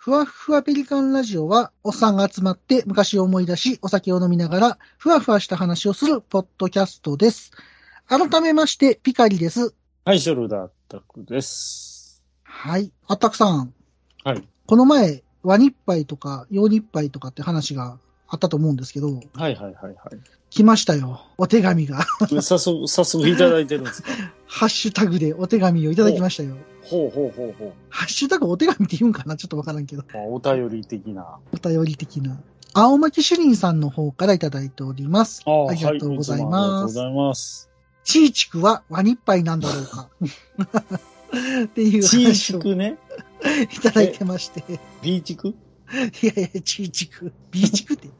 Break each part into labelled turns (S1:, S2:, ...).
S1: ふわふわペリカンラジオは、おっさんが集まって昔を思い出し、お酒を飲みながら、ふわふわした話をするポッドキャストです。改めまして、ピカリです。
S2: はい、ショルダーアタックです。
S1: はい。あったくさん。
S2: はい。
S1: この前、ワニッパイとか、ヨーニッパイとかって話があったと思うんですけど、
S2: はいはいはい
S1: 来ましたよ。お手紙が。
S2: はい。早速、 早速いただいてるんですか
S1: ハッシュタグでお手紙をいただきましたよ。
S2: ほうほうほうほ
S1: ハッシュタグお手紙って言うんかなちょっとわからんけど。
S2: う。まあ、お便り的な。
S1: お便り的な。青巻主任さんの方からいただいております。
S2: あ
S1: ありがとうござい
S2: はありがとう
S1: ま
S2: ご
S1: す。
S2: ざいます。
S1: チーチクはワニッパイなんだろうか。っていう
S2: チーチ
S1: 話を
S2: クね。
S1: いただいてまして。い
S2: ビーチク
S1: やいや、チーチク。ビーチクって
S2: ん。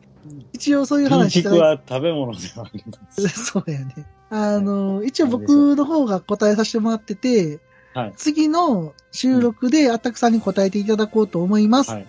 S1: 一応そうい
S2: ビ
S1: う
S2: ー
S1: 話い
S2: チク
S1: ただい
S2: は食べ物ではあります。
S1: て。そうやね。あの、一応僕の方が答えさせてもらってて、
S2: はい
S1: 次の収録であったくさんに答えていただこうと思います。
S2: はい。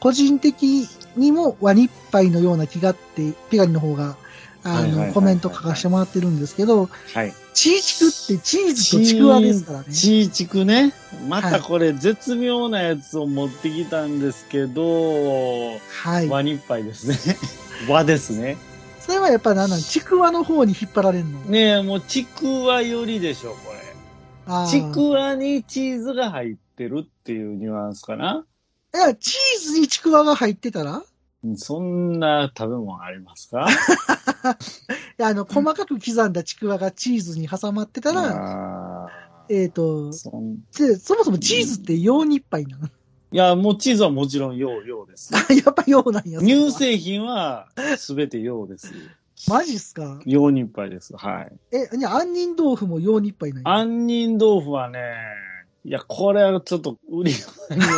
S1: 個人的にもワニッパイのような気があって、ピガリの方が、あ
S2: はいはいはいは
S1: の、
S2: い
S1: コメント書かせてもらってるんですけど、
S2: はい。
S1: チーチクってチーズとちくわですからね。
S2: チーチクね。またこれ、絶妙なやつを持ってきたんですけど、
S1: はい。
S2: ワニッパイですね。和ですね。
S1: それはやっぱなんなん、ちくわの方に引っ張られるの。
S2: ねえ、もうちくわよりでしょ、これ。
S1: あー
S2: ちくわにチーズが入ってるっていうニュアンスかな。
S1: いや、チーズにちくわが入ってたら、
S2: うんそんな食べ物ありますか
S1: いやあの、細かく刻んだちくわがチーズに挟まってたら、
S2: あー
S1: えっ、と、
S2: そん
S1: でそもそもチーズって洋ニッパイなの。
S2: いや、もうチーズはもちろん用、用です。
S1: あやっぱ洋なんや。それは
S2: 乳製品はすべて用です。
S1: マジっすか
S2: 用にいっぱいです。はい。
S1: え、にゃ杏仁豆腐も洋ニッパイなんや。
S2: 杏仁豆腐はね、いや、これはちょっと売り場によ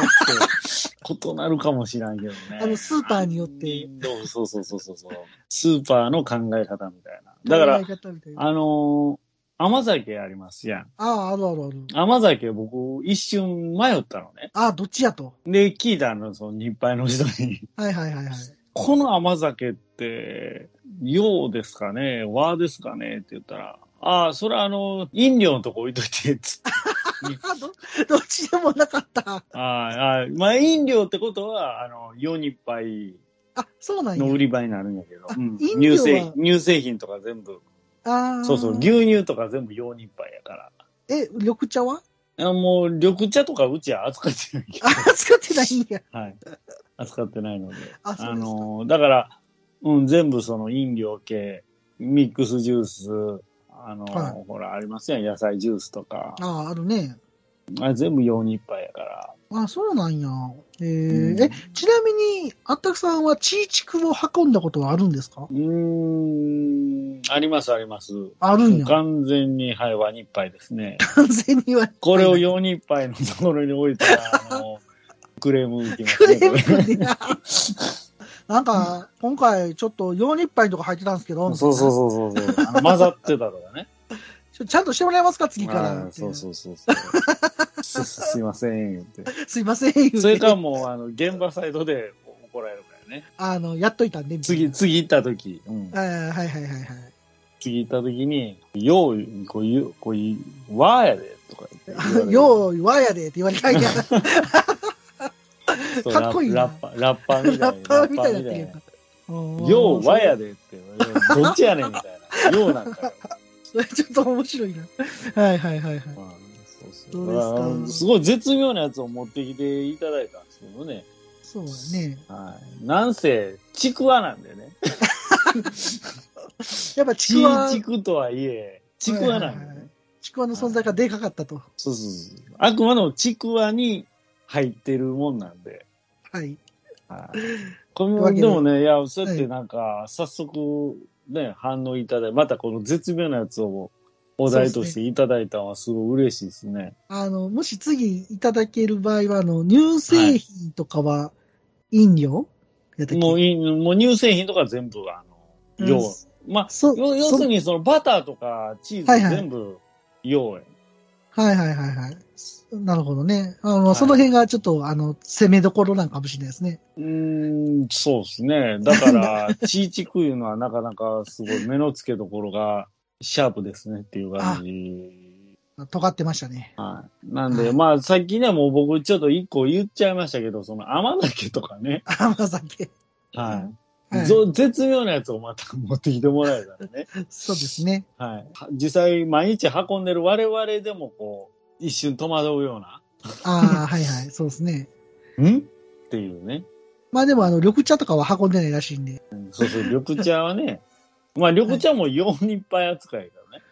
S2: って異なるかもしれんけどね。
S1: あのスーパーによって
S2: 杏仁豆腐。そうそうそうそうそう。スーパーの考え方みたいな。だから
S1: 考、え方みたいな
S2: あのー甘酒ありますやん。
S1: ああ、あるあるある。
S2: 甘酒僕一瞬迷ったのね。
S1: ああ、どっちやと。
S2: で、聞いたの、その日配の人 に。
S1: はいはいはいはい。
S2: この甘酒って、洋ですかね和ですかねって言ったら、ああ、それあの、飲料のとこ置いといて、つって。
S1: あど、どっちでもなかった。
S2: ああ、ああまあ飲料ってことは、あの、洋日配
S1: あ、そうなんや。
S2: の売り場になるんやけど、
S1: あ
S2: うん
S1: 飲料は
S2: 乳製乳製品とか全部、
S1: ああ。
S2: そうそう、牛乳とか全部洋日配やから。
S1: え、緑茶は
S2: あもう、緑茶とかうちは扱ってないけど。
S1: あ、使ってないんや。
S2: はい。扱ってないので。
S1: あ、そう
S2: あ
S1: ですか。
S2: のー、だから、うん、全部その飲料系、ミックスジュース、あのー、
S1: はい
S2: ほら、ありますやん、野菜ジュースとか。
S1: ああ、あるね。
S2: あれ全部用にいっぱいやから。
S1: あ、そうなんや。え
S2: うん
S1: え、ちなみに、あったくさんはチーチクを運んだことはあるんですか
S2: うーん、ありますあります。
S1: あるんや。
S2: 完全に、はい、ワニいっぱいですね。
S1: 完全には。
S2: これを用にいっぱいのところに置いたら、 あのー、クレーム受けま
S1: ク
S2: す
S1: レ
S2: ね。
S1: ーム
S2: これ
S1: 来るね なんか、今回ちょっと洋日杯とか入ってたんですけど、
S2: そうそう
S1: う
S2: そうそうそ う。あの混ざってたとかね。
S1: ちょ。ちゃんとしてもらえますか次か
S2: あ
S1: ら
S2: あ。そうそうそうそう。 すすいません、言って。
S1: すいません、言うて
S2: それかもう、あの、現場サイドで怒られるからね。
S1: あの、やっといたんで。
S2: 次、次行った時、うん
S1: あー。はいはいはいはい。
S2: 次行った時に、よう、こういう、こういう、わーやで、とか言って言われる。
S1: よう、わやでって言われたん や。
S2: そう
S1: かっこいいな
S2: ラッパ、ラッパーみた
S1: ラ
S2: い
S1: ッ
S2: な。
S1: パーみたいになってる
S2: ラッパ
S1: やん
S2: ーみ
S1: うん
S2: たいなよう、わやでって言われる。どっちやねん、みたいな。ようなん かよ。
S1: それちょっと面白いな。はいはいはいはい。
S2: うんそうそ
S1: どう
S2: う
S1: ですか
S2: あのすごい絶妙なやつを持ってきていただいたんですけどね。
S1: そうだね。
S2: はい。なんせ、ちくわなんでね。
S1: やっぱち
S2: ち
S1: くわ、
S2: ちくとはいえ、ちくわなんで
S1: はいはいは
S2: ね
S1: い。ちくわの存在がでかかったと。
S2: そうそうそう。あくまでもちくわに入ってるもんなんで。
S1: はい。
S2: はい。これ
S1: わけ
S2: も
S1: で
S2: でもね、いや、そうやっ
S1: は
S2: て
S1: い
S2: なんか、早速ね、反応いただいまたこの絶妙なやつをお題
S1: そう
S2: と
S1: で
S2: し
S1: す
S2: ていただいたのはすごい嬉しいですね。
S1: あの、もし次いただける場合は、あの、乳製品とかは飲料やったっけ
S2: もういい、もう乳製品とか全部、あ
S1: う
S2: の、
S1: ん
S2: 用。まあ、
S1: そ
S2: 要要する
S1: に。
S2: にそのバターとかチーズ
S1: はいはい
S2: 全部用や。
S1: はいはいはいはい。なるほどね。あの、
S2: はい
S1: その辺がちょっと、あの、攻めどころなんかもしれないですね。
S2: うーん、そうですね。だ から、チーチクいうのはなかなかすごい目の付けどころがシャープですねっていう感じ
S1: 尖ってましたね。
S2: はい。なんで、まあ、さっきね、もう僕ちょっと一個言っちゃいましたけど、その甘酒とかね。
S1: 甘酒。
S2: は
S1: はい
S2: い。ぞ絶妙なやつをまた持ってきてもらえたらね。
S1: そうですね。
S2: はい。実際、毎日運んでる我々でもこう、一瞬戸惑うような、
S1: ああ、はいはい、そうですね。
S2: んっていうね。
S1: まあでも、あの、緑茶とかは運んでないらしいんで。
S2: そうそう、緑茶はね、まあ緑茶も容にいっぱい扱いだからね。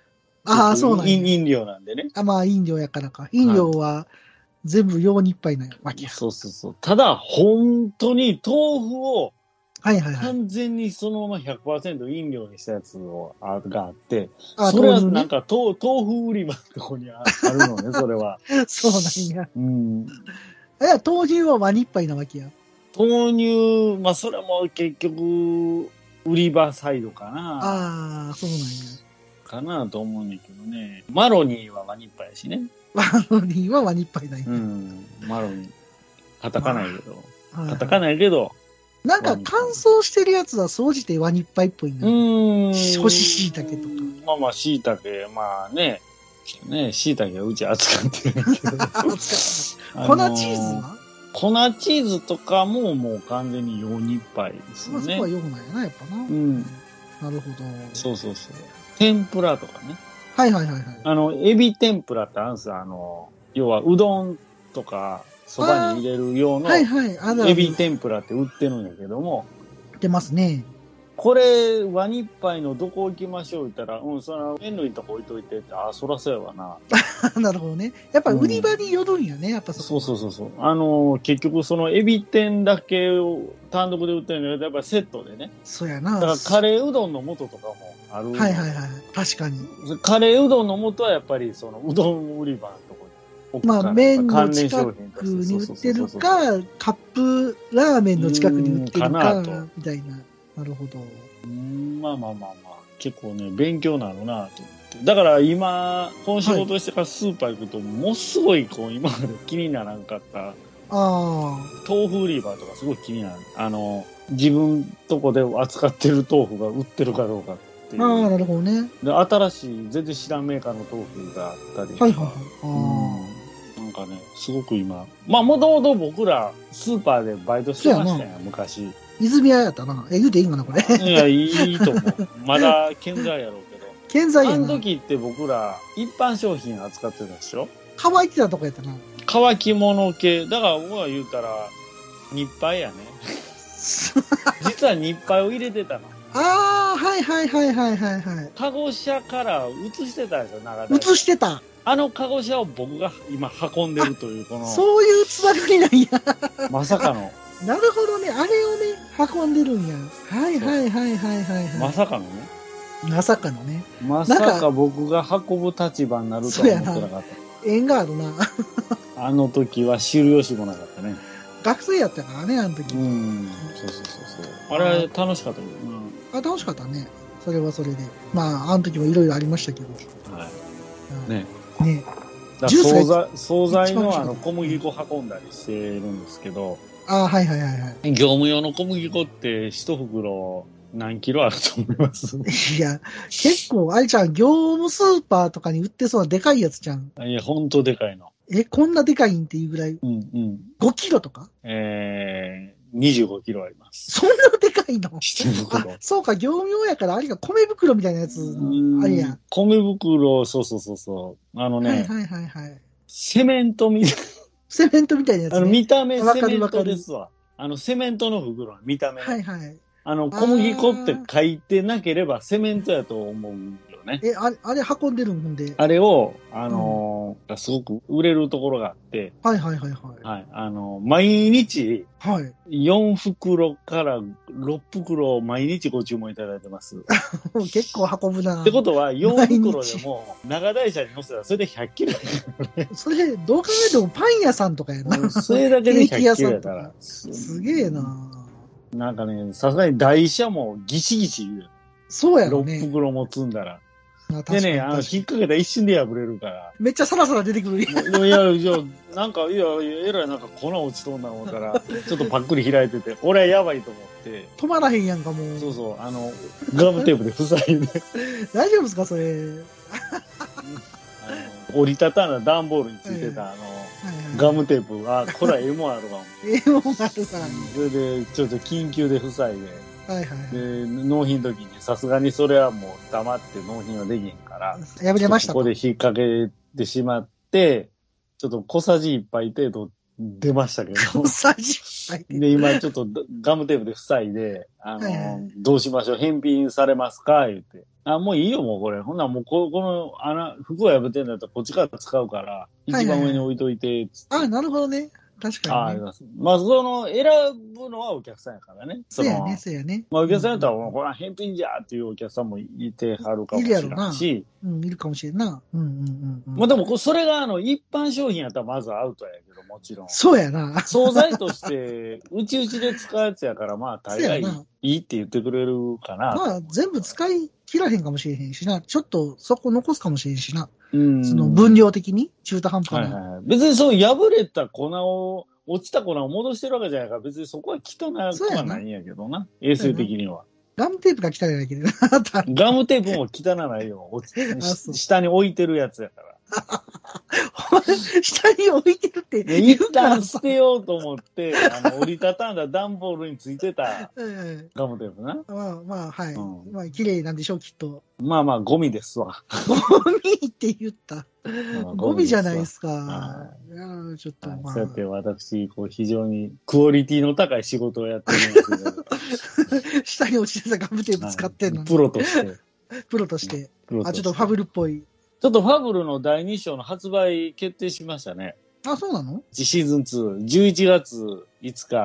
S1: ああ、そうなん
S2: 飲
S1: や。
S2: 飲料なんでね。
S1: あまあ、飲料やからか。飲料は全部用にいっぱいなわけや。
S2: そうそうそう。ただ、本当に豆腐を
S1: はいはいはい。
S2: 完全にそのまま100%飲料にしたやつをあがあって、
S1: あ
S2: それは
S1: 豆乳
S2: なん
S1: ね。
S2: か豆豆腐売り場のとこにああるの ね、それは。
S1: そうなんや。
S2: うん。
S1: いや、豆乳はワニ一杯なわけや。
S2: 豆乳、まあそれも結局、売り場サイドかな、
S1: ああ、そうなんや。
S2: かなと思うんだけどね。マロニーはワニッパやしね。
S1: ワロニーはワニ一杯なんや。
S2: うん、マロニー。叩かないけど。
S1: はいはい
S2: 叩かないけど。
S1: なんか乾燥してるやつは総じてワニ一杯っぽいな。
S2: うん。
S1: 干し椎茸とか。
S2: まあまあ、椎茸、まあね。ね、椎茸はうち扱ってるけど。
S1: あ
S2: 粉
S1: 粉チーズは
S2: 粉チーズとかももう完全に4日杯です
S1: まあ
S2: よ
S1: そ
S2: ね
S1: こは。よくないやな、やっぱな。
S2: うん。
S1: なるほど。
S2: そうそうそう。天ぷらとかね。
S1: はいはいはいはい。
S2: あの、エビ天ぷらってあるんですよあの、要はうどんとか、そばに入れる用の
S1: はいはい。あるあ
S2: エビ
S1: る。
S2: 天ぷらって売ってるんやけども、
S1: ってますね。
S2: これ、ワニッパイのどこ行きましょう言ったら、うん、その麺類のとこ置いといてって、あ、そらそうやわな。
S1: なるほどね。やっぱ売り場によるんやね、やっぱそ
S2: そ
S1: こ。
S2: うそうそうそう。あの、結局そのエビ天だけを単独で売ってるのが、やっぱりセットでね。
S1: そうや
S2: だから
S1: な。
S2: カレーうどんの素とかもある。
S1: はいはいはい。確かに。
S2: カレーうどんの素はやっぱりそのうどん売り場のとこに置く
S1: ま
S2: から。
S1: あ、麺の
S2: 関連
S1: 近
S2: 商
S1: く
S2: 品として
S1: に売ってる
S2: そうそうそうそう
S1: か、カップラーメンの近くに売ってる
S2: うーんかな
S1: か
S2: と、
S1: みたいな。なるほど。
S2: うんまあまあまあまあ、結構ね、勉強なのなと思って。だから今、この仕事してからスーパー行くと、ものすごいこう、今まで気にならんかった、
S1: あ
S2: 豆腐売り場とかすごい気になる。あの、自分とこで扱ってる豆腐が売ってるかどうかってい
S1: あ。ああ、
S2: う。
S1: なるほどね。
S2: で新しい、全然知らんメーカーの豆腐があったりとか。
S1: はいはいはい。あ
S2: うんなんかね、すごく今、まあ、もともと僕ら、スーパーでバイトしてましたよ、昔。い
S1: あ。泉屋やったな。え、言うていいんかな、これ。
S2: や、いいと思う。 まだ健在やろうけど。
S1: 健在
S2: あ
S1: や
S2: の
S1: な。
S2: 時って僕ら、一般商品扱ってたでしょ
S1: 乾いてたとこやった な。
S2: 乾き物系。だから僕は言うたら、日配やね。実は日配を入れてたの。
S1: ああ、はいはいはいはいはいはい。
S2: 鹿児島から移してたでしょ、長田。
S1: 映してた。
S2: あの鹿児島を僕が今運んでるという、この、
S1: そういうつながりなんや。
S2: まさかの、
S1: なるほどね。あれをね、運んでるんや。はいはいはいはいはい、
S2: ま
S1: は
S2: さかのね。
S1: い。まさかのね。
S2: まさか僕が運ぶ立場になるとは思ってなかっ
S1: 縁があるな。
S2: た。あの時は知る由もなかったね。
S1: 学生やったからね、あの時。
S2: うん。そうそうそうそう。あれ楽しかったけど
S1: あ、楽しかったね。それはそれで。まあ、あの時もいろいろありましたけど。
S2: な。はい。
S1: うん
S2: ね
S1: ね
S2: だ
S1: ジュース
S2: 惣
S1: が
S2: 菜、惣菜
S1: 一番美味し
S2: の
S1: か
S2: あ
S1: った
S2: の小麦粉運んだりしてるんですけど、
S1: ああ、はいはいはいは
S2: 業務用の小麦粉って一袋何キロあると思います
S1: い。いや、結構、あれちゃん、業務スーパーとかに売ってそうなでかいやつちゃん。
S2: いや、ほんとでかいの。
S1: え、こんなでかいんっていうぐらい、
S2: うんうん。
S1: 5キロとか
S2: えー、25キロあります。
S1: そんなでかいの
S2: 一袋
S1: あ、。そうか、業務用やから、あれが米袋みたいなやつ
S2: う
S1: の、
S2: ん
S1: あれや。
S2: 米袋、そうそうそうそう。あのね、
S1: はいはいはいはい。
S2: セメントみたい
S1: セメントみたいなや
S2: あ
S1: つ、
S2: の、
S1: ね。
S2: 見た目
S1: わか
S2: セ
S1: る
S2: メン
S1: わか
S2: ト
S1: る
S2: ですわ。あの、セメントの袋、見た目。
S1: はいはい。
S2: あの、小麦粉って書いてなければセメントやと思うよね。
S1: え、あれ、あれ運んでるんで。
S2: あれを、あのーすごく売れるところがあって、
S1: はいはいはいは
S2: はい、あのー毎日
S1: い。はい。
S2: 4袋から6袋を毎日ご注文いただいてます。っ
S1: 結構運ぶな。
S2: てことは、4袋
S1: 毎
S2: で
S1: 日
S2: も、長台車に乗せたら、それで100キロ。
S1: それ、どう考えてもパン屋さんとかやな。
S2: それだけで
S1: ケーキ屋
S2: 100キ
S1: さ
S2: ロ
S1: ん
S2: や
S1: と
S2: か。
S1: からすげえ。な。
S2: なんかね、さすがに台車もギシギシ言うよ。
S1: そうやろ
S2: 6
S1: ね。
S2: 袋も積んだら。
S1: まあ
S2: で
S1: 確かに
S2: ね、あの、
S1: 確か
S2: 引っ
S1: に
S2: 掛けたら一瞬で破れるから。
S1: めっちゃサラサラ出てくる。
S2: もういや、いや、なんか、いや、えらいなんか粉落ちそうな思ったら、ちょっとパックリ開いてて、俺はやばいと思って、
S1: 止まらへんやんか、もう。
S2: そうそう、あの、ガムテープで塞いで、
S1: 大丈夫ですか、それ。
S2: あ折りたたんだ段ボールについてた、あ
S1: はいはい
S2: の、ガムテープ、あ、これはええもんあるわ。
S1: ええもんあるから。
S2: それで、ちょっと緊急で塞いで、
S1: はいは
S2: で、納品の時に、さすがにそれはもう黙って納品はできへんから、
S1: い。破れました。
S2: ことこで引っ掛けてしまって、ちょっと小さじ一杯程度出ましたけど
S1: 小。さじ1杯で。
S2: で、今ちょっとガムテープで塞いで、あ
S1: はいは
S2: の、どうしましょう返品されますか言って。あ、もういいよ、もうこれ。ほんならもうこ、この穴、服が破ってんだったらこっちから使うから、
S1: いはい
S2: 一番上に置いといて、つって。
S1: あ、なるほどね。確
S2: あ、
S1: か
S2: あり
S1: にね。
S2: ます。まあ、その、選ぶのはお客さんやからね。
S1: そ
S2: そう
S1: や
S2: の、
S1: ね、そうやね。
S2: まあ、お客さんやったら、これは返品じゃーっていうお客さんもいてはるかもしれ
S1: いるやろ
S2: な
S1: ない
S2: し、
S1: うん、いるかもしれんな。うんうんうんうん。
S2: まあでもこう、それがあの、一般商品やったらまずアウトやけど、もちろん。
S1: そうやな。
S2: 惣菜として、うちうちで使うやつやから、まあ、大概
S1: そうやない
S2: いって言ってくれるかな。
S1: まあ、全部使い切らへんかもしれへんしな。ちょっとそこ残すかもしれんしな。
S2: うん
S1: その分量的に、中途半端
S2: はい
S1: な。
S2: はい。別にその破れた粉を、落ちた粉を戻してるわけじゃないから、別にそこは汚くはないんやけどな。衛生的には。
S1: ガムテープが汚いだけでな。あった
S2: ガムテープも汚ないよ。落ち
S1: あそう
S2: 下に置いてるやつやから。
S1: お前下に置いてるって
S2: で
S1: 言
S2: 一
S1: うから
S2: 旦
S1: さ
S2: 捨。てようと思って、あの折りたたんだ段ボールについてた
S1: うん
S2: ガムテープな。
S1: まあまあ、はい。
S2: うん
S1: まあ、綺麗なんでしょう、きっと。
S2: まあまあ、ゴミですわ。
S1: ゴミって言った。
S2: まあ
S1: ゴミじゃないで
S2: です
S1: か。うんちょっと
S2: すわ。はい
S1: まあ
S2: そうやっ、て私、こう、非常にクオリティの高い仕事をやってるんですけど。
S1: 下に落ちてたガムテープ 使ってんの
S2: はい
S1: に
S2: プロとして。
S1: プロとして。
S2: プロ
S1: あ、
S2: と
S1: ちょって
S2: し
S1: とファブルっぽい。
S2: ちょっとファブルの第2章の発売決定しましたね。
S1: あ、そうなの
S2: シーズン2、11月5日。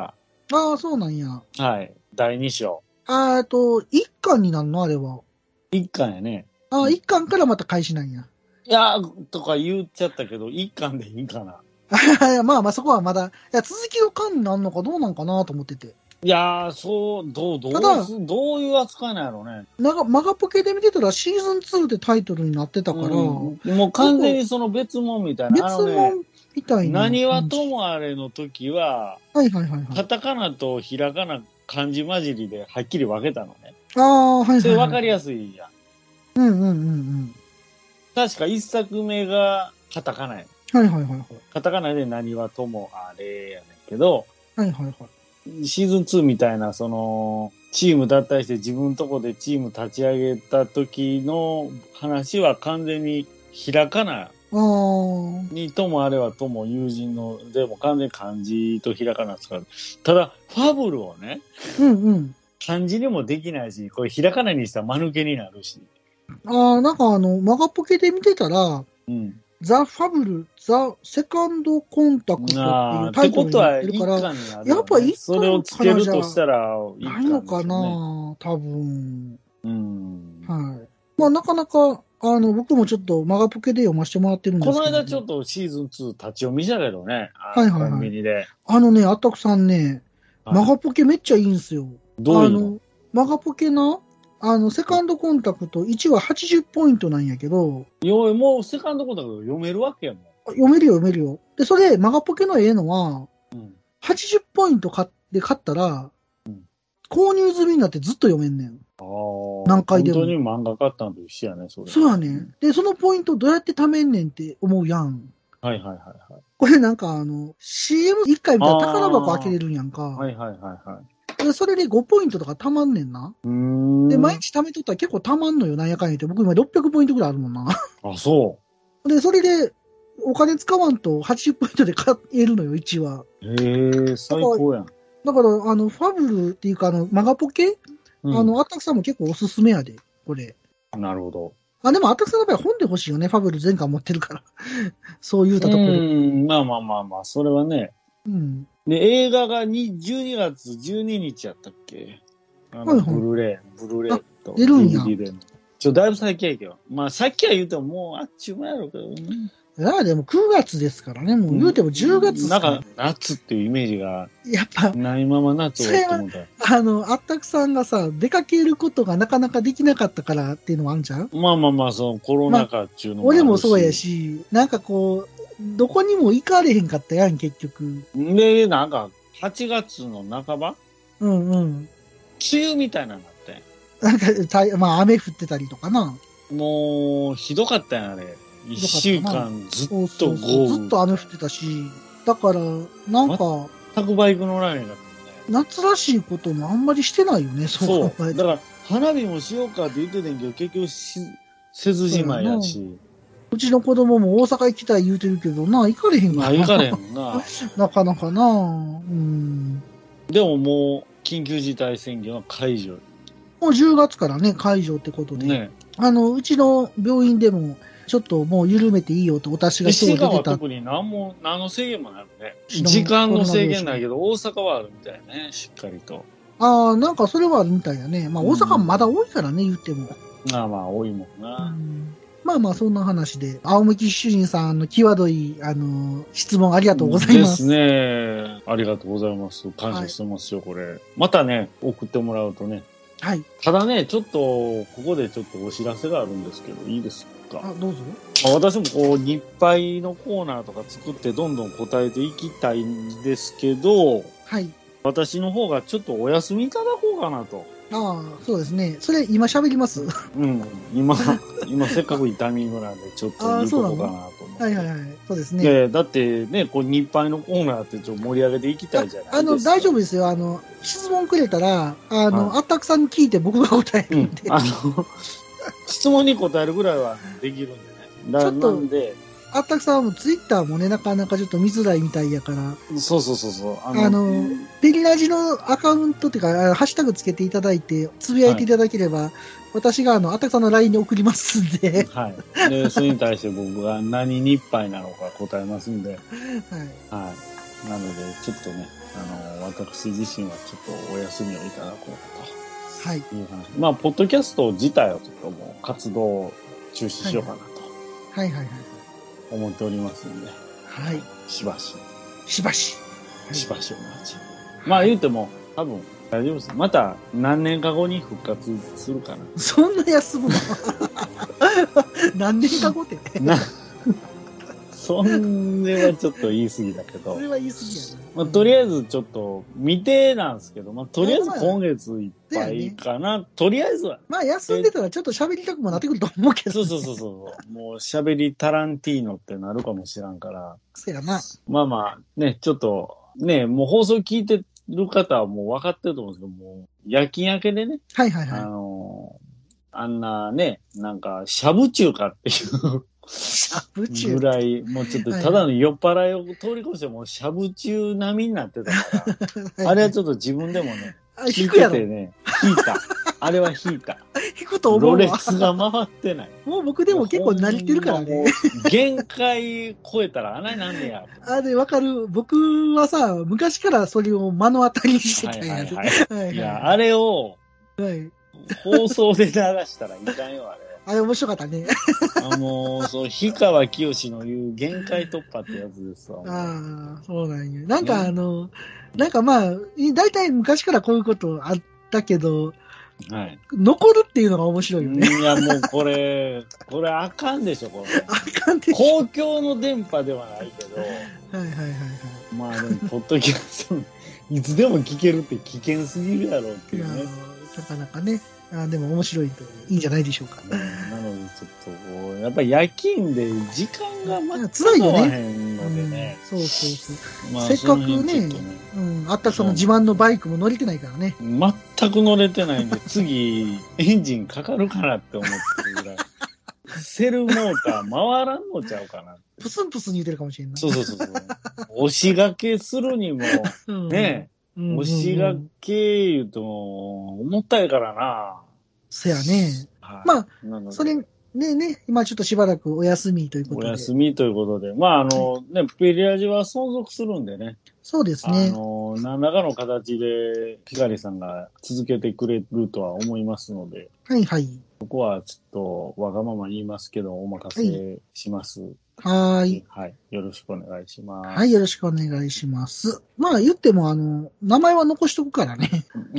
S1: ああ、そうなんや。
S2: はい。第2章。
S1: あーえっと、一巻になるのあれは。
S2: 1巻やね。
S1: あ
S2: う
S1: ー
S2: ん
S1: 一巻からまた開始なんや。
S2: いやー、とか言っちゃったけど、1巻でいいかな。
S1: まあまあ、そこはまだ、いや、続きの巻になるのかどうなんかなと思ってて。
S2: いやー、そう、どう、ど
S1: ただ
S2: うす、どういう扱いなんやろうね。
S1: なんか、マガポケで見てたらシーズン2でタイトルになってたから、
S2: うんもう完全にその別物みたいな。
S1: 別
S2: あのね
S1: 物みたいな。
S2: 何は
S1: うん
S2: ともあれの時は、
S1: はいはいはいは
S2: カ
S1: い。
S2: タカナとひらがな漢字混じりではっきり分けたのね。
S1: ああ、はいはい、はい。
S2: それ分かりやすいやん。
S1: うんうんうんうん。
S2: 確か一作目がカタカナや。
S1: はいはいはいはい。
S2: カタカナで何はともあれやねんけど、
S1: はいはいはい。
S2: シーズン2みたいな、その、チーム脱退して自分とこでチーム立ち上げた時の話は完全にひらかな
S1: ああ、
S2: にともあれはとも友人の、でも完全に漢字とひらかな使う。ただ、ファブルをね、
S1: うんうん。
S2: 漢字にもできないし、これひらかなにしたら間抜けになるし。
S1: ああ、なんかあの、マガポケで見てたら、
S2: うん。
S1: ザ・ファブル、ザ・セカンド・コンタクトってい
S2: あ
S1: う
S2: あ、
S1: タ
S2: って
S1: イトル
S2: こ
S1: に
S2: と
S1: なっ
S2: は
S1: て
S2: 一
S1: るから、
S2: 巻になるよね、
S1: やっぱ一巻
S2: それをつけるとしたら、一
S1: ない
S2: 巻でしょうね
S1: のかな、多分。
S2: うん。
S1: はい。まあ、なかなか、あの、僕もちょっとマガポケで読ませてもらってるんです
S2: こ
S1: けど、
S2: の間ちょ
S1: っ
S2: っとシーズン2立ち読みしたけどね。あ
S1: はいはいはい
S2: コンビニで。
S1: と。あのね、あたくさんね、
S2: はい
S1: マガポケめっちゃいいんすよ。
S2: どういう
S1: あ
S2: の
S1: の、マガポケな、あの、セカンドコンタクト1は80ポイントなんやけど、
S2: よもうセカンドコンタクト読めるわけやも
S1: 読めるよ読めるよ。で、それ、マガポケのええのは、
S2: ん。うん。
S1: 80ポイント買って買ったら、購入済みになってずっと読めんねん。
S2: ああ。
S1: 何回でも
S2: 本当に漫画買ったのと一緒やね、それ。
S1: そうやねん。で、そのポイントどうやって貯めんねんって思うやん。
S2: はいはいはいはい。
S1: これなんかあの、CM1 回見たら宝箱開けれるんやん
S2: は
S1: か。
S2: いはいはいはい。
S1: で、それで5ポイントとか貯まんねんな。
S2: うーん。
S1: で、毎日貯めとったら結構貯まんのよ、なんやかんやって。僕今600ポイントぐらいあるもんな。
S2: あ、そ
S1: で、それで、お金使わんと80ポイントで買えるのよ、1は。
S2: う。へえ、最高やん。
S1: だから、あの、ファブルっていうか、あの、マガポケ、
S2: うん
S1: あの、アタクさんも結構おすすめやで、これ。
S2: なるほど。
S1: あ、でも、アタクさんの場合は本で欲しいよね。ファブル全巻持ってるから。 そう言う
S2: う
S1: たところ。
S2: ん、まあまあまあまあ、それはね。
S1: うん。
S2: で、映画がに12月12日やったっけあの、
S1: はいはい
S2: ブルーレイ、ブルーレイと
S1: 出るんや
S2: DVD でも。ちょ、だいぶ先やけど。まあ、さっきは言うても、もうあっちゅうもんやろうけどね。
S1: いや、でも9月ですからね。もう言うても10月っす
S2: なん
S1: から
S2: か、夏っていうイメージが
S1: やっぱ、
S2: ないまま夏をやってもうた。
S1: あの、アタクさんがさ、出かけることがなかなかできなかったからっていうのもあるんじゃん
S2: まあまあまあ、そのコロナ禍っていうのある
S1: 俺もそうや。し、なんかこう、どこにも行かれへんかったやん、結局。
S2: で、なんか、8月の半ば
S1: うんうん。
S2: 梅雨みたいなのがあって。
S1: なんか、たまあ、雨降ってたりとかな。
S2: もう、ひどかったんや、あれ。一週間ずっ
S1: そうそ
S2: と
S1: う
S2: 豪
S1: そう
S2: 雨。
S1: ずっと雨降ってたし、だから、なんか、
S2: 全くバイク乗られへんかったもんね。
S1: 夏らしいこともあんまりしてないよね、そう
S2: そ
S1: 考え
S2: う。
S1: た
S2: だ
S1: ら。
S2: から、花火もしようかって言ってたんやけど、結局し、せずじまいやし。
S1: うちの子供も大阪行きたい言うてるけどな、行かれへん
S2: まあ、
S1: ら
S2: 行かれへんもんな。
S1: なかなかなうん。
S2: でももう、緊急事態宣言は解除。
S1: もう10月からね、解除ってことで。
S2: ね。
S1: あの、うちの病院でも、ちょっともう緩めていいよとお達しが
S2: 石
S1: 今日
S2: 川
S1: 出
S2: は
S1: てた。
S2: 特に何も、何の制限もないね。
S1: 知らん
S2: 時間の制限ないけど、大阪はあるみたいね、しっかりと。
S1: ああ、なんかそれはあるみたいやね。まあ
S2: うん
S1: 大阪まだ多いからね、言っても。
S2: まあまあ、多いもん
S1: う
S2: な。
S1: んまあまあ、そんな話で。青向主人さん、あの、際どい、あの、質問あり
S2: あ
S1: がとうございます。
S2: ですね。ありがとうございます。感謝してますよ、これ。またね、送ってもらうとね。
S1: はい。
S2: ただね、ちょっと、ここでちょっとお知らせがあるんですけど、いいですか
S1: あ、どうぞ。
S2: まあ私もこう、日配のコーナーとか作ってどんどん答えていきたいんですけど、
S1: はい。
S2: 私の方がちょっとお休みいただこうかなと。
S1: ああ、そうですね。それ、今喋りますは
S2: うん。 今、今せっかくいいタイミングなんで、ちょっと
S1: あー
S2: 言うとこう
S1: そう
S2: か
S1: な
S2: な
S1: の
S2: と思って。
S1: いはいはい。そうですね。
S2: でだってね、こう、日配のコーナーってちょっと盛り上げていきたいじゃないですか。
S1: あの、大丈
S2: 夫。
S1: 夫ですよ。あの、質問くれたら、あの、
S2: は
S1: あったくさんに聞いて僕が答え
S2: う
S1: るん
S2: ん
S1: で。。
S2: あの、質問に答えるぐらいはできるんでね。だ
S1: ちょっと
S2: なんで、
S1: あったくさんはもうツイッターもね、なかなかちょっと見づらいみたいやから、
S2: そうそうそうそう。あ
S1: あの、ペリラジのアカウントっていうか、あのハッシュタグつけていただいて、つぶやいていただければ、私があの、あったくさんの LINE に送りますんで、
S2: はい。で、それに対して僕が何日配なのか答えますんで、
S1: はい。
S2: はい。なので、ちょっとね、あの、私自身はちょっとお休みをいただこう
S1: はい。
S2: という話。まあ、ポッドキャスト自体はちょっともう活動を中止しようかなと
S1: はいはいはい。
S2: 思っておりますんで、
S1: はい。
S2: しばし、
S1: しばし。
S2: しばしお待ち。まあ、言うても、多分大丈夫です。また何年か後に復活するかな。
S1: そんな休むの 何年か後って。
S2: な、それはちょっと言い過ぎだけど
S1: そ。れは言い過ぎやな。
S2: まあ、とりあえ
S1: ず。
S2: ずちょっと未定なんですけど、まあ、とりあえず今月いっぱいかな、とりあえずは。
S1: まあ、休んでたらちょっと喋りたくもなってくると思うけど、
S2: そうそうそうそう。もう喋りタランティーノってなるかもしらんから。
S1: そうやな。
S2: まあまあ、ね、ちょっと、ね、もう放送聞いてる方はもう分かってると思うんですけど、もう夜勤明けでね、
S1: はいはい
S2: あ
S1: は
S2: のーあんなね、なんか、しゃぶ中華っていう
S1: い。宇宙
S2: ぐ。らい、もうちょっとただの酔っ払いを通り越して、もうしゃぶ中並みになってたから、あれはちょっと自分でもね、
S1: あ
S2: 聞
S1: 引
S2: い
S1: くや
S2: て
S1: ろ
S2: て。ね、引いた。あれは引いた。
S1: 引くと思
S2: ロ
S1: う
S2: レ
S1: わ。
S2: スが回ってない。
S1: もう僕でも結構慣れてるからね。。
S2: 限界超えたら穴になん ねや。
S1: あれ、わかる。僕はさ、昔からそれを目の当たりにして
S2: は
S1: た
S2: い
S1: ん
S2: は
S1: や
S2: い
S1: つ。
S2: は。
S1: はいいはいい
S2: や、
S1: は
S2: あれを
S1: い。はい
S2: 放送で流したらいかんよ、あれ。
S1: あれ面白かったね。
S2: あもう、そう、氷川きよしの言う限界突破ってやつですわ。
S1: ああ、そうなんや。なんか
S2: ね
S1: あの、なんかまあ、大体昔からこういうことあったけど、
S2: はい。
S1: 残るっていうのが面白いよね。
S2: いや、もうこれ、これあかんでしょ、こ れ。
S1: あかんでし
S2: 公共の電波ではないけ
S1: ょ。
S2: ど。
S1: はいはいはいはい。
S2: まあでも、ポッドキャスト、いつでも聞けるって危険すぎるやろうって
S1: い
S2: い
S1: や
S2: うね。
S1: ーなかなかね。あーでも面白いといいんじゃないでしょうか。
S2: なので、ちょっとこう、やっぱり夜勤で時間が全く
S1: 辛いよね
S2: 合わへんのでね。
S1: うん、そうそうそう。
S2: まあ
S1: せっかくね
S2: その辺ちょっとね
S1: うん、あったくさんも自慢のバイクも乗れてないからね。
S2: 全く乗れてないんで、次、エンジンかかるかなって思ってるぐらい。セルモーター回らんのちゃうかな。
S1: プスンプスン言うてるかもしれんない。
S2: そうそうそうそう。押しがけするにも、
S1: うん
S2: ね、
S1: うんうんうん
S2: 押しがけ言うと、重たいからな。
S1: そやね。
S2: はい
S1: まあ、
S2: なので
S1: それ、ねね、今ちょっとしばらくお休みということ
S2: お
S1: で。
S2: 休みということで、まあ、あの、ね、ペリアジは相続するんでね、
S1: そうです
S2: あ
S1: ね。
S2: の、何らかの形で、ピカリさんが続けてくれるとは思いますので、
S1: はいはい。
S2: ここはちょっと、わがまま言いますけど、お任せします。
S1: はーい。
S2: はい。よろしくお願いします。
S1: はい、よろしくお願いします。まあ言っても、あの、名前は残しとくからね。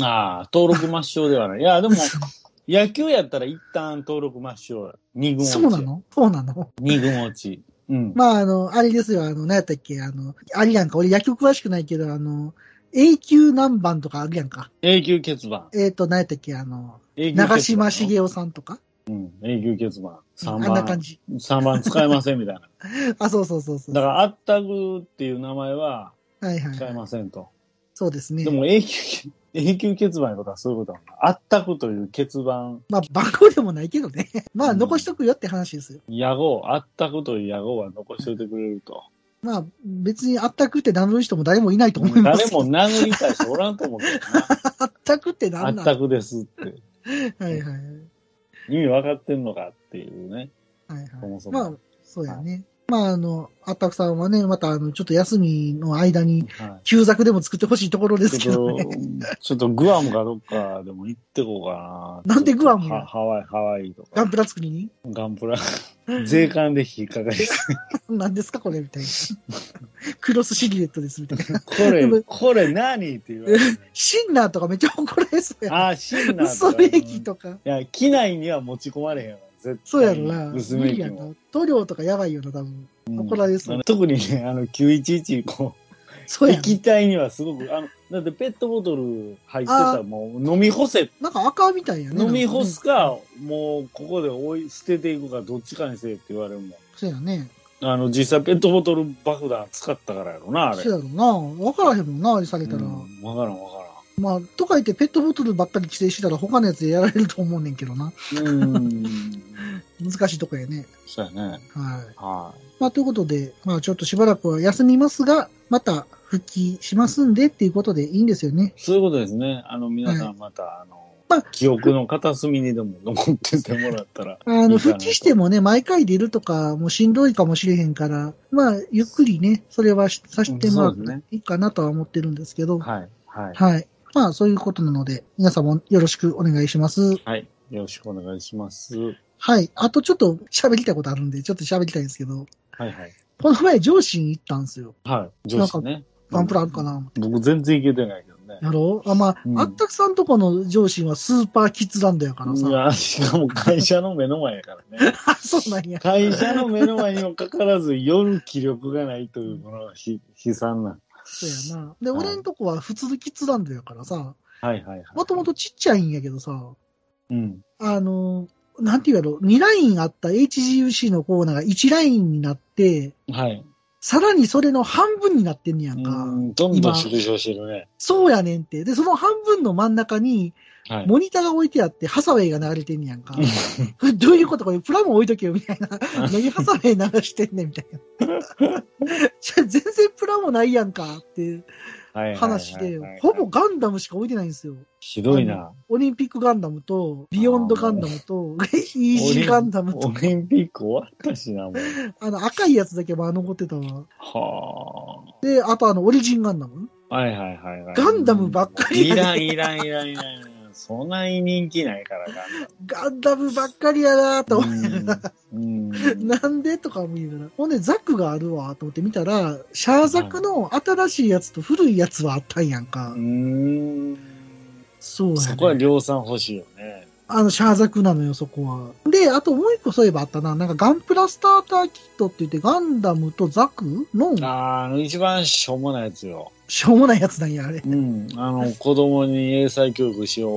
S2: ああ、登録抹消ではない。い や、でも、
S1: そ
S2: 野球やったら一旦登録抹消や。二軍落ち。
S1: そうなのそうなの
S2: 二軍落ち。うん。
S1: まああの、あれですよ、あの、何やったっけ、あの、あれやんか、俺野球詳しくないけど、あの、永久何番とかあるやんか。
S2: 永久欠番。
S1: えっ、と、何やったっけ、あの、
S2: 永久欠番
S1: 長嶋茂雄さんとか。
S2: うん、永久欠番。
S1: あん
S2: 3
S1: な
S2: 番
S1: 感、じ。
S2: 3番使えませんみたいな。
S1: あ、そうそうそうそう。
S2: だから、あったぐっていう名前は
S1: はいはい
S2: 使え
S1: はい。
S2: ませんと。
S1: そうですね
S2: で。も永久、永久欠番とかそういうことは、あったくという欠番、
S1: まあ、番号でもないけどね。 まあ、
S2: うん
S1: 残しとくよって話ですよ。
S2: 野号、あったくという野号は残しておいてくれると。
S1: まあ、別にあったくって名乗る人も誰もいないと思いますけ
S2: 誰
S1: ど。
S2: も殴りたい人おらんと思うけどな。
S1: あったくって
S2: あ
S1: なん
S2: っ
S1: なんは
S2: たくですって。
S1: いはいはい。
S2: 意味分かってんのかっていうね。
S1: はい
S2: そ
S1: は
S2: も
S1: い。
S2: そ
S1: ま
S2: も
S1: あ、そうやね。まあ、あの、あったくさんはね、また、あの、ちょっと休みの間に、
S2: は
S1: 旧作でも作ってほしいところで
S2: い。
S1: すけ
S2: ちょ
S1: ど
S2: っと
S1: ね。、
S2: ちょっとグアムかどっかでも行ってこうかな。
S1: なんでグアム
S2: はハワイ、ハワイと
S1: ガ
S2: か。
S1: ンプラ作りに
S2: ガンプラ。税関で引っかかり
S1: 何ですかこれみ たいな。クロスシルエットですみたいな。
S2: これ、これ何って言われ て、
S1: シンナーとかめっちゃ怒られそうやん。
S2: ああ、シンナー
S1: 嘘
S2: とか。
S1: 名義とか。
S2: いや、機内には持ち込まれへんわ。絶対。
S1: そうやろな。
S2: 薄
S1: 無
S2: め
S1: 理や
S2: 機も。
S1: な。塗料とかやばいよな、多分。怒られそ
S2: あ
S1: う
S2: の。特にね、あの、911以降、
S1: そうやな。
S2: 液体にはすごく、あの、だってペットボトル入ってた
S1: あー
S2: らもう飲み干せ、
S1: なんか赤みたいやね。
S2: 飲み干すか、もうここで追い捨てていくか、どっちかにせえって言われるもん。
S1: そうやね。
S2: あの、実際ペットボトル爆弾使ったからやろな、あれ。
S1: そうやろな。わからへんもんな、あれされたら。
S2: うんわからんわからん。
S1: まあ、とか言ってペットボトルばっかり規制してたら他のやつでやられると思うねんけどな。
S2: うん。
S1: 難しいとこやね。
S2: そうやね。
S1: はい。
S2: は
S1: まあ、ということで、まあ、ちょっとしばらくは休みますが、また復帰しますんでっていうことでいいんですよね。
S2: い。そういうことですね。あの、皆さ
S1: は
S2: んまた、あの
S1: まあ、
S2: 記憶の片隅にでも残っててもらったら。
S1: あ
S2: い
S1: の、
S2: いかな
S1: 復
S2: と
S1: 帰してもね、毎回出るとか、もうしんどいかもしれへんから、まあ、ゆっくりね、それはしさせてもらって
S2: うんそうですね
S1: いいかなとは思ってるんですけど、
S2: はい。はい。
S1: はい。まあ、そういうことなので、皆さんもよろしくお願いします。
S2: はい。よろしくお願いします。はい
S1: はい。あとちょっと喋りたいことあるんで、ちょっと喋りたいんですけど、
S2: はい。
S1: この前上司に行ったんですよ。
S2: はい。上司ね。
S1: ガンプラあるかな、
S2: 僕全然いけてないけどね。
S1: やろうあ、まあ、
S2: うん
S1: あったくさんとこの上司はスーパーキッズランドやから
S2: い
S1: さ。
S2: や、しかも会社の目の前やか らね。
S1: あ、 そうなんや。
S2: 会社の目の前にもかかわらず夜気力がないという、このひ悲惨な。
S1: そうやな。で、
S2: はい
S1: 俺んとこは普通のキッズランドやからさ、
S2: はいはいはい。
S1: もともとちっちゃいんやけどさ、
S2: うん。
S1: あの、なんていうやろ、2ラインあった HGUC のコーナーが1ラインになって、
S2: はい。
S1: さらにそれの半分になってんねや
S2: うん
S1: か。
S2: ん、どんどん縮小してるね。
S1: そうやねんって。で、その半分の真ん中に、
S2: はい。
S1: モニターが置いてあって、ハサウェイが流れてんねやんか。これ どういうことこれプラモ置いとけよ、みたいな。何ハサウェイ流してんねん、みたい な。じゃあ全然プラモないやんか、っていう
S2: はいはいはいはい
S1: 話で、ほぼ。ガンダムしか置いてないんですよ。
S2: ひどいな。
S1: オリンピックガンダムと、ビヨンドガンダムと、イージーガンダムと
S2: オ、リンピック終わったしな、もう。
S1: あの赤いやつだけは残ってたわ。
S2: はあ。
S1: で、あとあの、オリジンガンダム
S2: はいはいはいはい。
S1: ガンダムばっかり
S2: い
S1: やね
S2: らんいらんいらんいらんいらん。そんなに人気ないからガン
S1: ガンダムばっかりやなと思
S2: ダ
S1: っ
S2: ム。うん。
S1: て、なんでとか思いながら。ほんで、ザクがあるわ、と思って見たら、シャーザクの新しいやつと古いやつはあったんやんか。
S2: うん。うん
S1: そうや
S2: そ
S1: ね
S2: こは量産欲しいよね。
S1: あの、シャーザクなのよ、そこは。で、あともう一個そういえばあったな。なんかガンプラスターターキットって言って、ガンダムとザクの、
S2: ああ、あの、一番しょうもないやつよ。
S1: しょうもないやつなんや、あれ。
S2: うん。あの、子供に英才教育しよ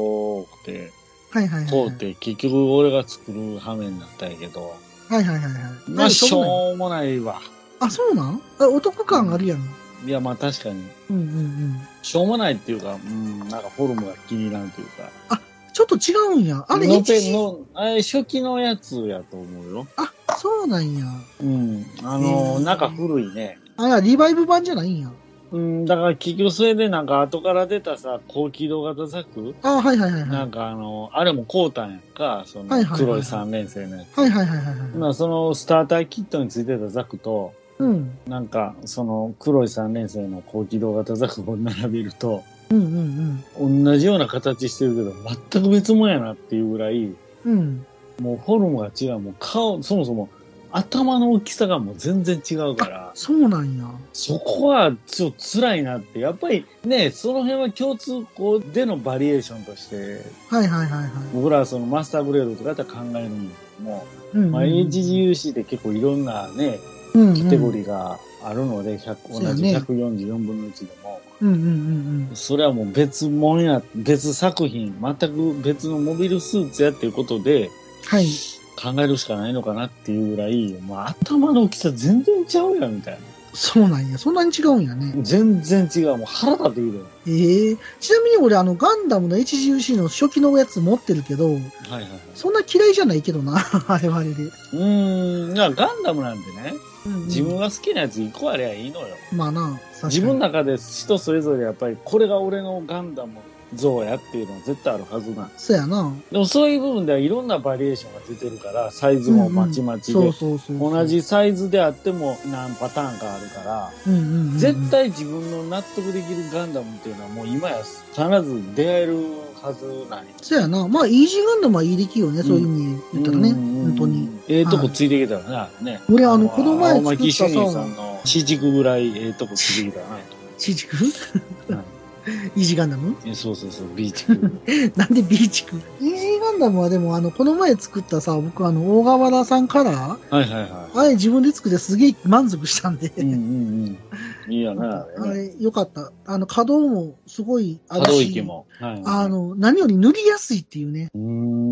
S2: うって、
S1: はいはいはい、
S2: こ
S1: は
S2: う
S1: い。
S2: て、結局俺が作る羽目になったんやけど。
S1: はいはいはいはい。
S2: まあ、し
S1: うもない
S2: ょうもないわ。
S1: あ、そうなんあお得感あるやん。
S2: いや、まあ確かに。
S1: うんうんうん。
S2: しょうもないっていうか、うん、なんかフォルムが気に入らんというか。
S1: ちょっと違うんや。あれ、
S2: の
S1: HG
S2: ぺの、あれ初期のやつやと思うよ。
S1: あ、そうなんや。
S2: うん。あの、
S1: うん
S2: なんか古いね。
S1: あ、いや、リバイブ版じゃないんや。
S2: うん、だから結局それでなんか後から出たさ、高機動型ザク
S1: あ、はいはいはいはい。
S2: な
S1: は
S2: んかあの、あれもこうたんやんか、そ
S1: はい
S2: の
S1: はいはい
S2: 黒い三連星のやつ。
S1: いはいはいはい
S2: ま
S1: はい。
S2: あそのスターターキットについてたザクと、
S1: うん。
S2: なんかその黒い三連星の高機動型ザクを並べると、
S1: うんうんうん。
S2: 同じような形してるけど、全く別もんやなっていうぐらい、
S1: うん。
S2: もうフォルムが違う。もう顔、そもそも頭の大きさがもう全然違うから、
S1: そうなんや。
S2: そこはちょっと辛いなって。やっぱりね、その辺は共通項でのバリエーションとして、
S1: はいはいはいはい。
S2: 僕らはそのマスターグレードとかやったら考えるんですけども、
S1: うんうん
S2: まあ、HGUC って結構いろんなね、カテゴリーがあるので、100同じ144分の1でも、
S1: うんうんうん
S2: それはもう別もんや、別作品、全く別のモビルスーツやっていうことで、
S1: はい。
S2: 考えるしかないのかなっていうぐらい、まあ、頭の大きさ全然ちゃうやんみたい
S1: そうなんや。そんなに違うんやね。
S2: な。全然違う。もう腹立ってきて
S1: ええちなみに俺、あの、ガンダムの HGC の初期のやつ持ってるけど、
S2: はいはいはい。
S1: そんな嫌いじゃないけ どな。あれはあれで。
S2: うーん、だからガンダムなんてね、
S1: うんうん
S2: 自分が好きなやつ一個ありゃいいのよ。
S1: まあな、確かに
S2: 自分の中で人それぞれやっぱりこれが俺のガンダム像やっていうのは絶対あるはずなん
S1: そうやな。
S2: でもそういう部分ではいろんなバリエーションが出てるから、サイズもまちまちで、
S1: そうそうそう。
S2: 同。じサイズであっても何パターンかあるから、
S1: うんうんうん、
S2: 絶。対自分の納得できるガンダムっていうのはもう今や必ず出会えるはずない。
S1: そうやな。まあ、イージーガンダムはいい出来よね、そういう意味で言ったらね。
S2: うん
S1: 本当に。。
S2: ええとこついていけたらね、あれね。
S1: 俺あのこの前
S2: 青巻
S1: 作ったさ
S2: 主任さんの四軸ぐらいええとこついてき たらね。
S1: C 地区 イージーガンダム
S2: えそうそうそう、B 地区。
S1: なんで B 地区イージーガンダムはでも、あの、この前作ったさ、僕あの、大河原さんカラー
S2: はいはいは
S1: あれ自分で作ってすげえ満足したんで。
S2: い。うんうんうん。いいよね、あ
S1: あ
S2: れね。
S1: れ、よかった。あの、稼働もすごいあ
S2: 可
S1: るし
S2: 動域。も。はい。
S1: あ、の、何より塗りやすいっていうね。
S2: うー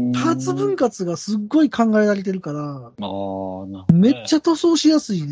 S2: ん
S1: パーツ分割がすっごい考えられてるから、
S2: ああ、な
S1: めっちゃ塗装しやすいね。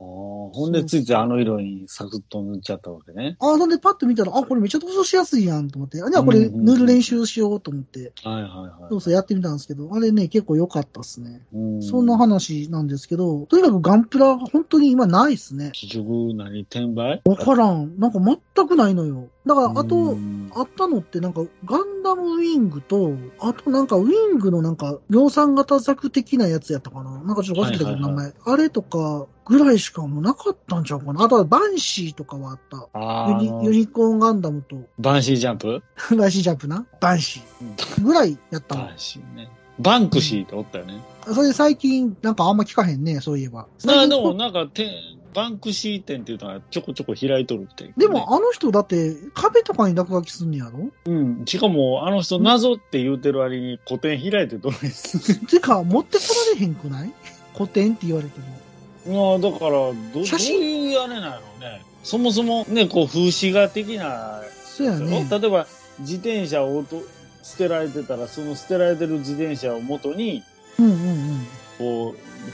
S2: あーほんで、ついついあの色にサクッと塗っちゃったわけね。
S1: ああ、なんでパッと見たら、あ、これめっちゃ塗装しやすいやんと思って、あじゃあこれ
S2: うんうん
S1: 塗る練習しようと思って、
S2: はいはいはい。
S1: そうそうやってみたんですけど、あれね、結構良かったっすね。
S2: うん
S1: そんな話なんですけど、とにかくガンプラ、本当に今ないっすね。
S2: 結局何、転売
S1: わからん。なんか全くないのよ。だから、あ
S2: う
S1: と、
S2: ん
S1: あったのってなんか、ガンダムウィングと、あとなんかウィングのなんか、量産型作的なやつやったかな。なんかちょっと忘れたけど
S2: はい
S1: 名
S2: はいは
S1: 前。あれとか、ぐらいしかもうなかったんちゃうかな。あとはバンシーとかはあった。
S2: あー
S1: ユニ
S2: あの
S1: ユ、ニコーンガンダムと、
S2: バンシージャンプ
S1: バンシージャンプな。バンシー。ぐらいやった
S2: バ
S1: の
S2: ン。シーね。バンクシーっておったよね。
S1: それで最近、なんかあんま聞かへんね、そういえば。
S2: な
S1: 最
S2: で
S1: 近
S2: もなんかて、バンクシー店っていうのはちょこちょこ開いとるって、
S1: でも、あの人だって、壁とかに落書きすんねやろ
S2: うん。しかも、あの人、謎って言うてる割に個展開いてどうです。
S1: てか、持ってこられへんくない古典って言われても。
S2: いや、だから、どどう
S1: 写真
S2: いうあれなのね。そもそも、ね、こう、風刺画的な
S1: そうやね。
S2: 例えば自転車をと捨てられてたらその捨てられてる自転車を元に
S1: うんうんうん。
S2: こう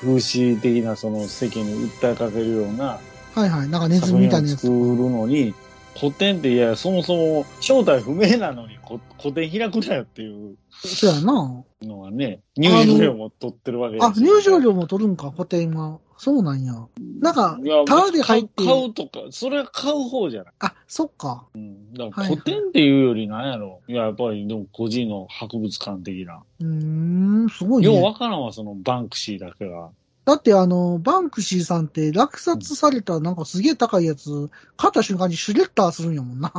S2: ふ風刺的なその世間に訴えかけるような
S1: はいはい。なんかネズ
S2: 作
S1: ミみた
S2: 品
S1: い
S2: を
S1: なやつ
S2: 作る。のに古典っていやそもそも正体不明なのにこ古典開くなよっていう
S1: そうやな。
S2: のはね入場料も取ってるわけ
S1: あ、入場
S2: 料
S1: 料も取るんか、古典は。そうなんや。なんか、タダで入って
S2: 買うとかそれは買う方じゃない
S1: あ、そっか。
S2: だか
S1: は
S2: ら
S1: いはい
S2: 古典っていうよりなんやろいややっぱりでも個人の博物館的な
S1: うーん、すごい
S2: よう
S1: ね
S2: わ。からんわ、そのバンクシーだけが。
S1: だってあの、バンクシーさんって落札されたなんかすげえ高いやつ、買った瞬間にシュレッダーするんやもんな。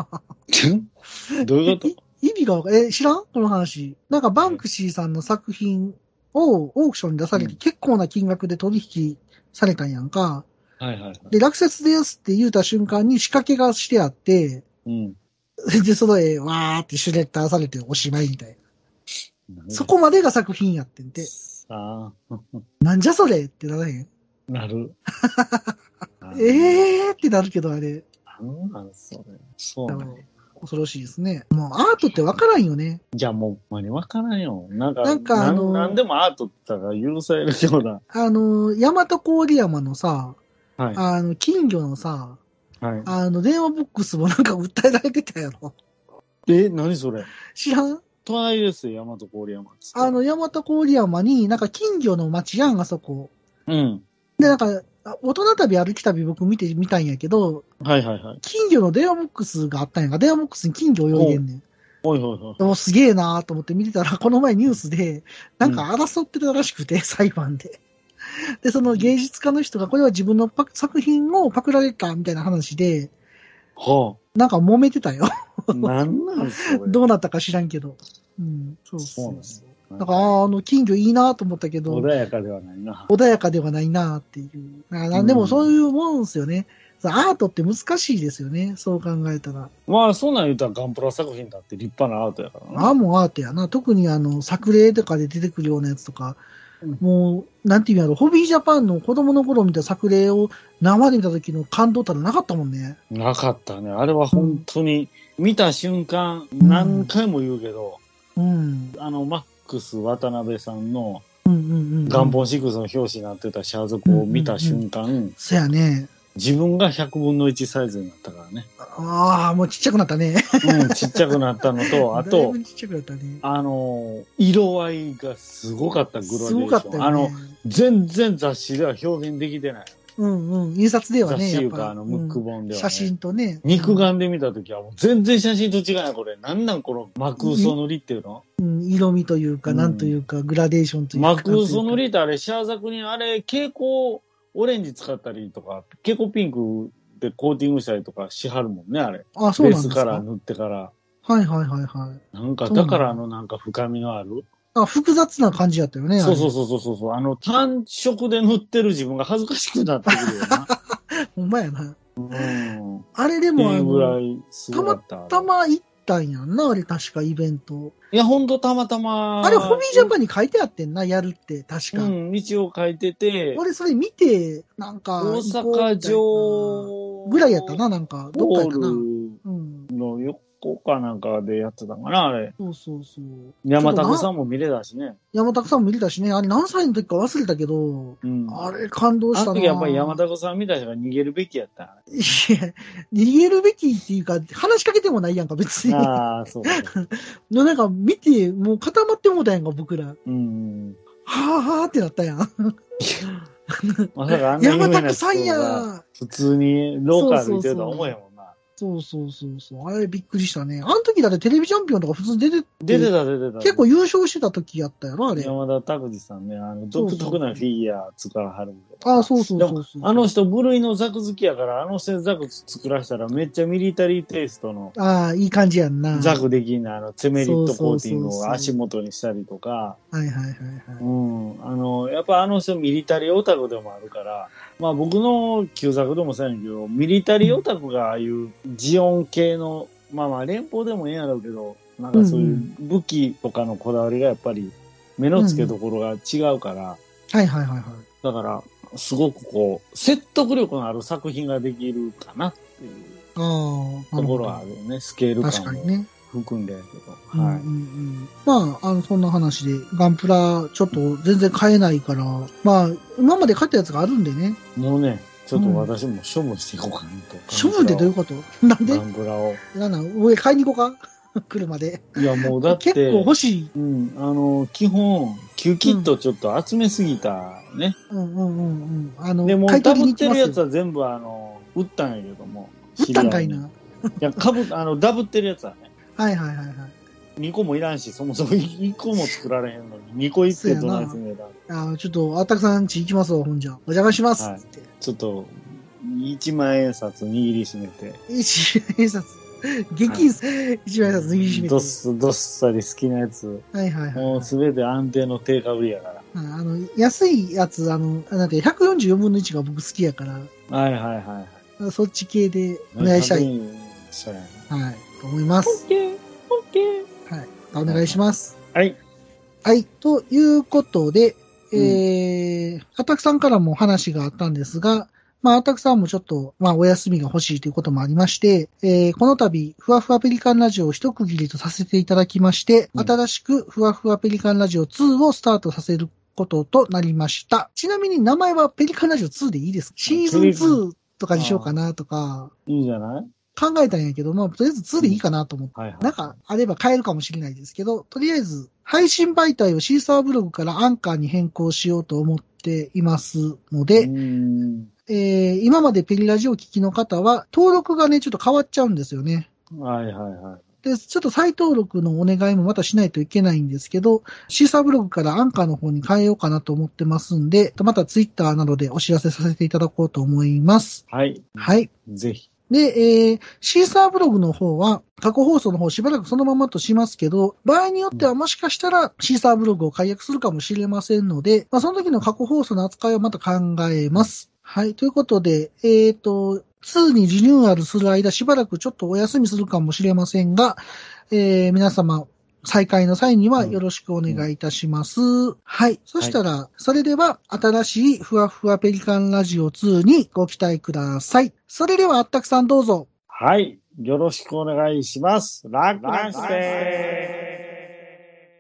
S2: どういうこと
S1: い意味がわかえ、知らんこの話。なんかバンクシーさんの作品をオークションに出されて
S2: うん
S1: 結構な金額で取引されたんやんか。
S2: はいはいはい。
S1: で、落札ですって言うた瞬間に仕掛けがしてあって、
S2: うん。
S1: で、その絵、わーってシュレッダーされておしまいみたいな。そこまでが作品やってんて。
S2: あ
S1: なんじゃそれってならへん。
S2: あ、なる。え。
S1: えーってなるけど、あれ。
S2: なんなんそれ。そう
S1: あ
S2: な
S1: の
S2: ん
S1: 恐ろしいですね。もうアートってわからんよね。
S2: じゃあもう、ほんまにわからんよ。なんか、
S1: な
S2: なんん
S1: かあのー
S2: なんでもアートって言ったら許されるよ うな。
S1: あの、大和郡山のさ、
S2: はい。
S1: あの、金魚のさ、
S2: は
S1: あの、電話ボックスもなんか訴えられてたやろ。
S2: い。え、何それ
S1: 知らん
S2: 隣ですよ、大和郡山っつって
S1: あ、の、大和郡山になんか金魚の町やん、あそこ。
S2: うん。
S1: で、なんか、あ大人旅歩き旅僕見てみたんやけど、
S2: はいはいはい。
S1: 金魚の電話ボックスがあったんやんか、電話ボックスに金魚泳いでんねん。
S2: おいおいおい。
S1: おすげえなーと思って見てたら、 この前ニュースで、なんか争ってたらしくて、裁判で。で、その芸術家の人が、これは自分のパク作品をパクられたみたいな話で、
S2: は
S1: なんか揉めてたよ。
S2: あ。 なんなんそれ。
S1: どうなったか知らんけど。うん、そう
S2: そうなん
S1: そ
S2: です
S1: う。だから、あーあの、金魚いいなと思ったけど
S2: 穏、やかではないな。
S1: 穏やかではないなっていう。あーなんでもそういうもんですよね。そうアートって難しいですよね。そう考えたら。
S2: まあ、そんなん言うたらガンプラ作品だって立派なアートやからな。
S1: ああ、もうアートやな。特にあの、作例とかで出てくるようなやつとか
S2: うん、
S1: もう、なんていうんやろ、ホビージャパンの子供の頃見た作例を生で見た時の感動たらなかったもんね。
S2: なかったね。あれは本当に、見た瞬間、
S1: ん
S2: 何回も言うけど、
S1: うん。
S2: あの、マッ6渡辺さんの
S1: うんうんうん。
S2: 元。本6の表紙になってたシャー族を見た瞬間、
S1: そやね。
S2: 自分が100分の1サイズになったからね。
S1: ああ、もうちっちゃくなったね。
S2: うん、ちっちゃくなったの と、あ
S1: だい
S2: と
S1: ぶ、ちっちゃくなったね。
S2: あの、色合いがすごかった、グロデーシ
S1: す
S2: ョン。
S1: ごかったよね。
S2: あの、全然雑誌では表現できてない。
S1: うんうん。印刷では
S2: 雑
S1: ね、
S2: 誌
S1: や
S2: い
S1: っ
S2: うか、
S1: ぱ
S2: あの、ムック
S1: うん
S2: 本では、ね
S1: 写真とね。
S2: 肉眼で見たときは、もう全然写真と違うな、これ。なんなん、この、マクウソ塗りっていうの、
S1: うん色味という
S2: う
S1: か、
S2: ん
S1: なんというか、グラデーションというか。
S2: マクウソ塗
S1: り
S2: りってあれ、シャーザクにあれ、蛍光オレンジ使ったりとか、蛍光ピンクでコーティングしたりとかしはるもんね、あれ。
S1: あ、そう
S2: ベー
S1: なん
S2: ス
S1: です
S2: か
S1: から
S2: 塗ってから。
S1: はいはいはいはい。
S2: なんか、
S1: そうな
S2: だ
S1: んだ
S2: からあの、なんか深みのある。
S1: あ、複雑な感じやったよね。あれ
S2: そうそうそうそうそうそう。あの、単色で塗ってる自分が恥ずかしくなってくるよな。
S1: ほんまやな。
S2: うん。っ
S1: あれで
S2: て
S1: も、あ
S2: いうぐら
S1: の、
S2: い、すごかった。
S1: たま行ったんやんな、あれ確かイベント。
S2: いや、ほんとたまたま。
S1: あれ、ホビージャパンに書いてあってんな、やるって、確か。
S2: うん、道を変えてて、
S1: 俺、それ見て、なんか、行
S2: 大
S1: こうみたいな
S2: 阪城
S1: ぐらいやったな、なんか、どっかや
S2: ホ
S1: ったな。
S2: ー
S1: うん。
S2: ルの横かなんかでやってたかな、あれ。
S1: そうそうそう。
S2: 山田
S1: ちょっと
S2: さ
S1: なん
S2: も見れたしね。
S1: 山田さんも見れたしね、あれ何歳の時か忘れたけど、
S2: うん。
S1: あれ感動し
S2: あ
S1: た
S2: の
S1: な。
S2: 時やっぱり山田さんみたいな人が逃げるべきやった。
S1: いや、逃げるべきっていうか、話しかけてもないやんか、別に。の
S2: ああ、そうかそうか。
S1: なんか見て、もう固まってもうたやんか、僕ら。は
S2: うん。
S1: ぁはぁってなったやん。
S2: まさかあんな有名
S1: 山
S2: な
S1: 田
S2: 人
S1: さんや
S2: が普通に廊下歩いてるとは思えへんもんな。
S1: そうそうそうそう。あれびっくりしたね。あの時だってテレビチャンピオンとか普通に出て、
S2: 出てた出てた。
S1: 結構優勝してた時やったやろ、あれ。
S2: 山田拓司さんね、あの、
S1: そうそ
S2: 独
S1: う
S2: 特なフィギュア作らはるんで
S1: ああ、そうそうそうそう。
S2: あの人、部類のザク好きやから、あの人にザク作らしたら、めっちゃミリタリーテイストの
S1: ああ、いい感じやんな。
S2: ザクできんな、あの、ツェメリットコーティング
S1: そうそうそう
S2: を
S1: そう
S2: 足元にしたりとか、
S1: はいはいはいは
S2: う
S1: い。
S2: ん。あの、やっぱあの人、ミリタリーオタクでもあるから、まあ僕の旧作でもそうやねんけど、ミリタリーオタクがああいうジオン系の、まあまあ連邦でもええんやろうけど、なんかそういう武器とかのこだわりがやっぱり目の付けどころが違うから、
S1: はいはいはいはい。
S2: だから、すごくこう、説得力のある作品ができるかなっていう
S1: ああ、な
S2: と
S1: るほ
S2: こ
S1: ど
S2: ろはあるよね。スケール
S1: 確か
S2: 感
S1: に
S2: も
S1: ね。
S2: 含んでやけど。
S1: うんう
S2: はい。
S1: んうんまあ、あの、そんな話で、ガンプラ、ちょっと全然買えないから、まあ、今まで買ったやつがあるんでね、
S2: もうね、ちょっと私も処分していこうかなと。
S1: 処分ってどういうことなん
S2: ガ
S1: で
S2: ンプラを。
S1: なんなん上買いに行こうか 車で。
S2: いや、もうだって、
S1: 結構欲しい。
S2: うん、あの、基本、キューキットちょっと集めすぎたね。
S1: うんうんうんうん。あの、
S2: でも、
S1: 買い
S2: か
S1: 取りに
S2: ぶっ
S1: 行き
S2: て
S1: ま
S2: る
S1: す
S2: やつ
S1: よ。
S2: は全部、あの、売ったんやけども。
S1: 売ったんかい
S2: 知り合
S1: な。
S2: に。いや、かぶ、あの、ダブってるやつはね。
S1: はいはいはいはい。
S2: 2個もいらんし、そもそも1個も作られへんのに、2個いってどないすんねんだ
S1: あちょっと、あったくさん家行きますわ、ほんじゃ。お邪魔します。
S2: はい
S1: って。
S2: ちょっと、1万円札握りしめて、
S1: 一万円札。激、一万円札握りしめて。
S2: どっすどっさり好きなやつ、
S1: はいはいはいはい。
S2: もうすべて安定の定価売りやか
S1: ああの、安いやつ、あの、なんて、144分の1が僕好きやから、
S2: ら。はいはいはいはい。
S1: そっち系でお願いしたい。
S2: い。そうやね。
S1: はい。と思います。
S2: ケー、オッケー。
S1: お願いします。
S2: はい。
S1: はい。ということで、えー、アタクさんからも話があったんですが、まあ、アタクさんもちょっと、まあ、お休みが欲しいということもありまして、えー、この度、ふわふわペリカンラジオを一区切りとさせていただきまして、
S2: うん
S1: 新しくふわふわペリカンラジオ2をスタートさせることとなりました。ちなみに名前はペリカンラジオ2でいいですかシーズン2とかにしようかなとか、
S2: いいんじゃない
S1: 考えたんやけど、まあ、とりあえず2でいいかなと思って
S2: はいはい。
S1: なんか、あれば変えるかもしれないですけど、とりあえず、配信媒体をシーサーブログからアンカーに変更しようと思っていますの
S2: う
S1: で、
S2: ーん。
S1: えー今までペリラジオを聞きの方は、登録がね、ちょっと変わっちゃうんですよね。
S2: はいはいはい。
S1: で、ちょっと再登録のお願いもまたしないといけないんですけど、シーサーブログからアンカーの方に変えようかなと思ってますんで、またツイッターなどでお知らせさせていただこうと思います。
S2: はい。
S1: はい。
S2: ぜひ。
S1: で、えー、シーサーブログの方は、過去放送の方しばらくそのままとしますけど、場合によってはもしかしたら、シーサーブログを解約するかもしれませんので、まあ、その時の過去放送の扱いをまた考えます。はい、ということで、えっ、と、2にリニューアルする間、しばらくちょっとお休みするかもしれませんが、えー、皆様、再開の際にはよろしくお願いいたします。はい。そしたら、それでは、新しいふわふわペリカンラジオ2にご期待ください。それでは、あったくさんどうぞ。
S2: はい。よろしくお願いします。ラックランステー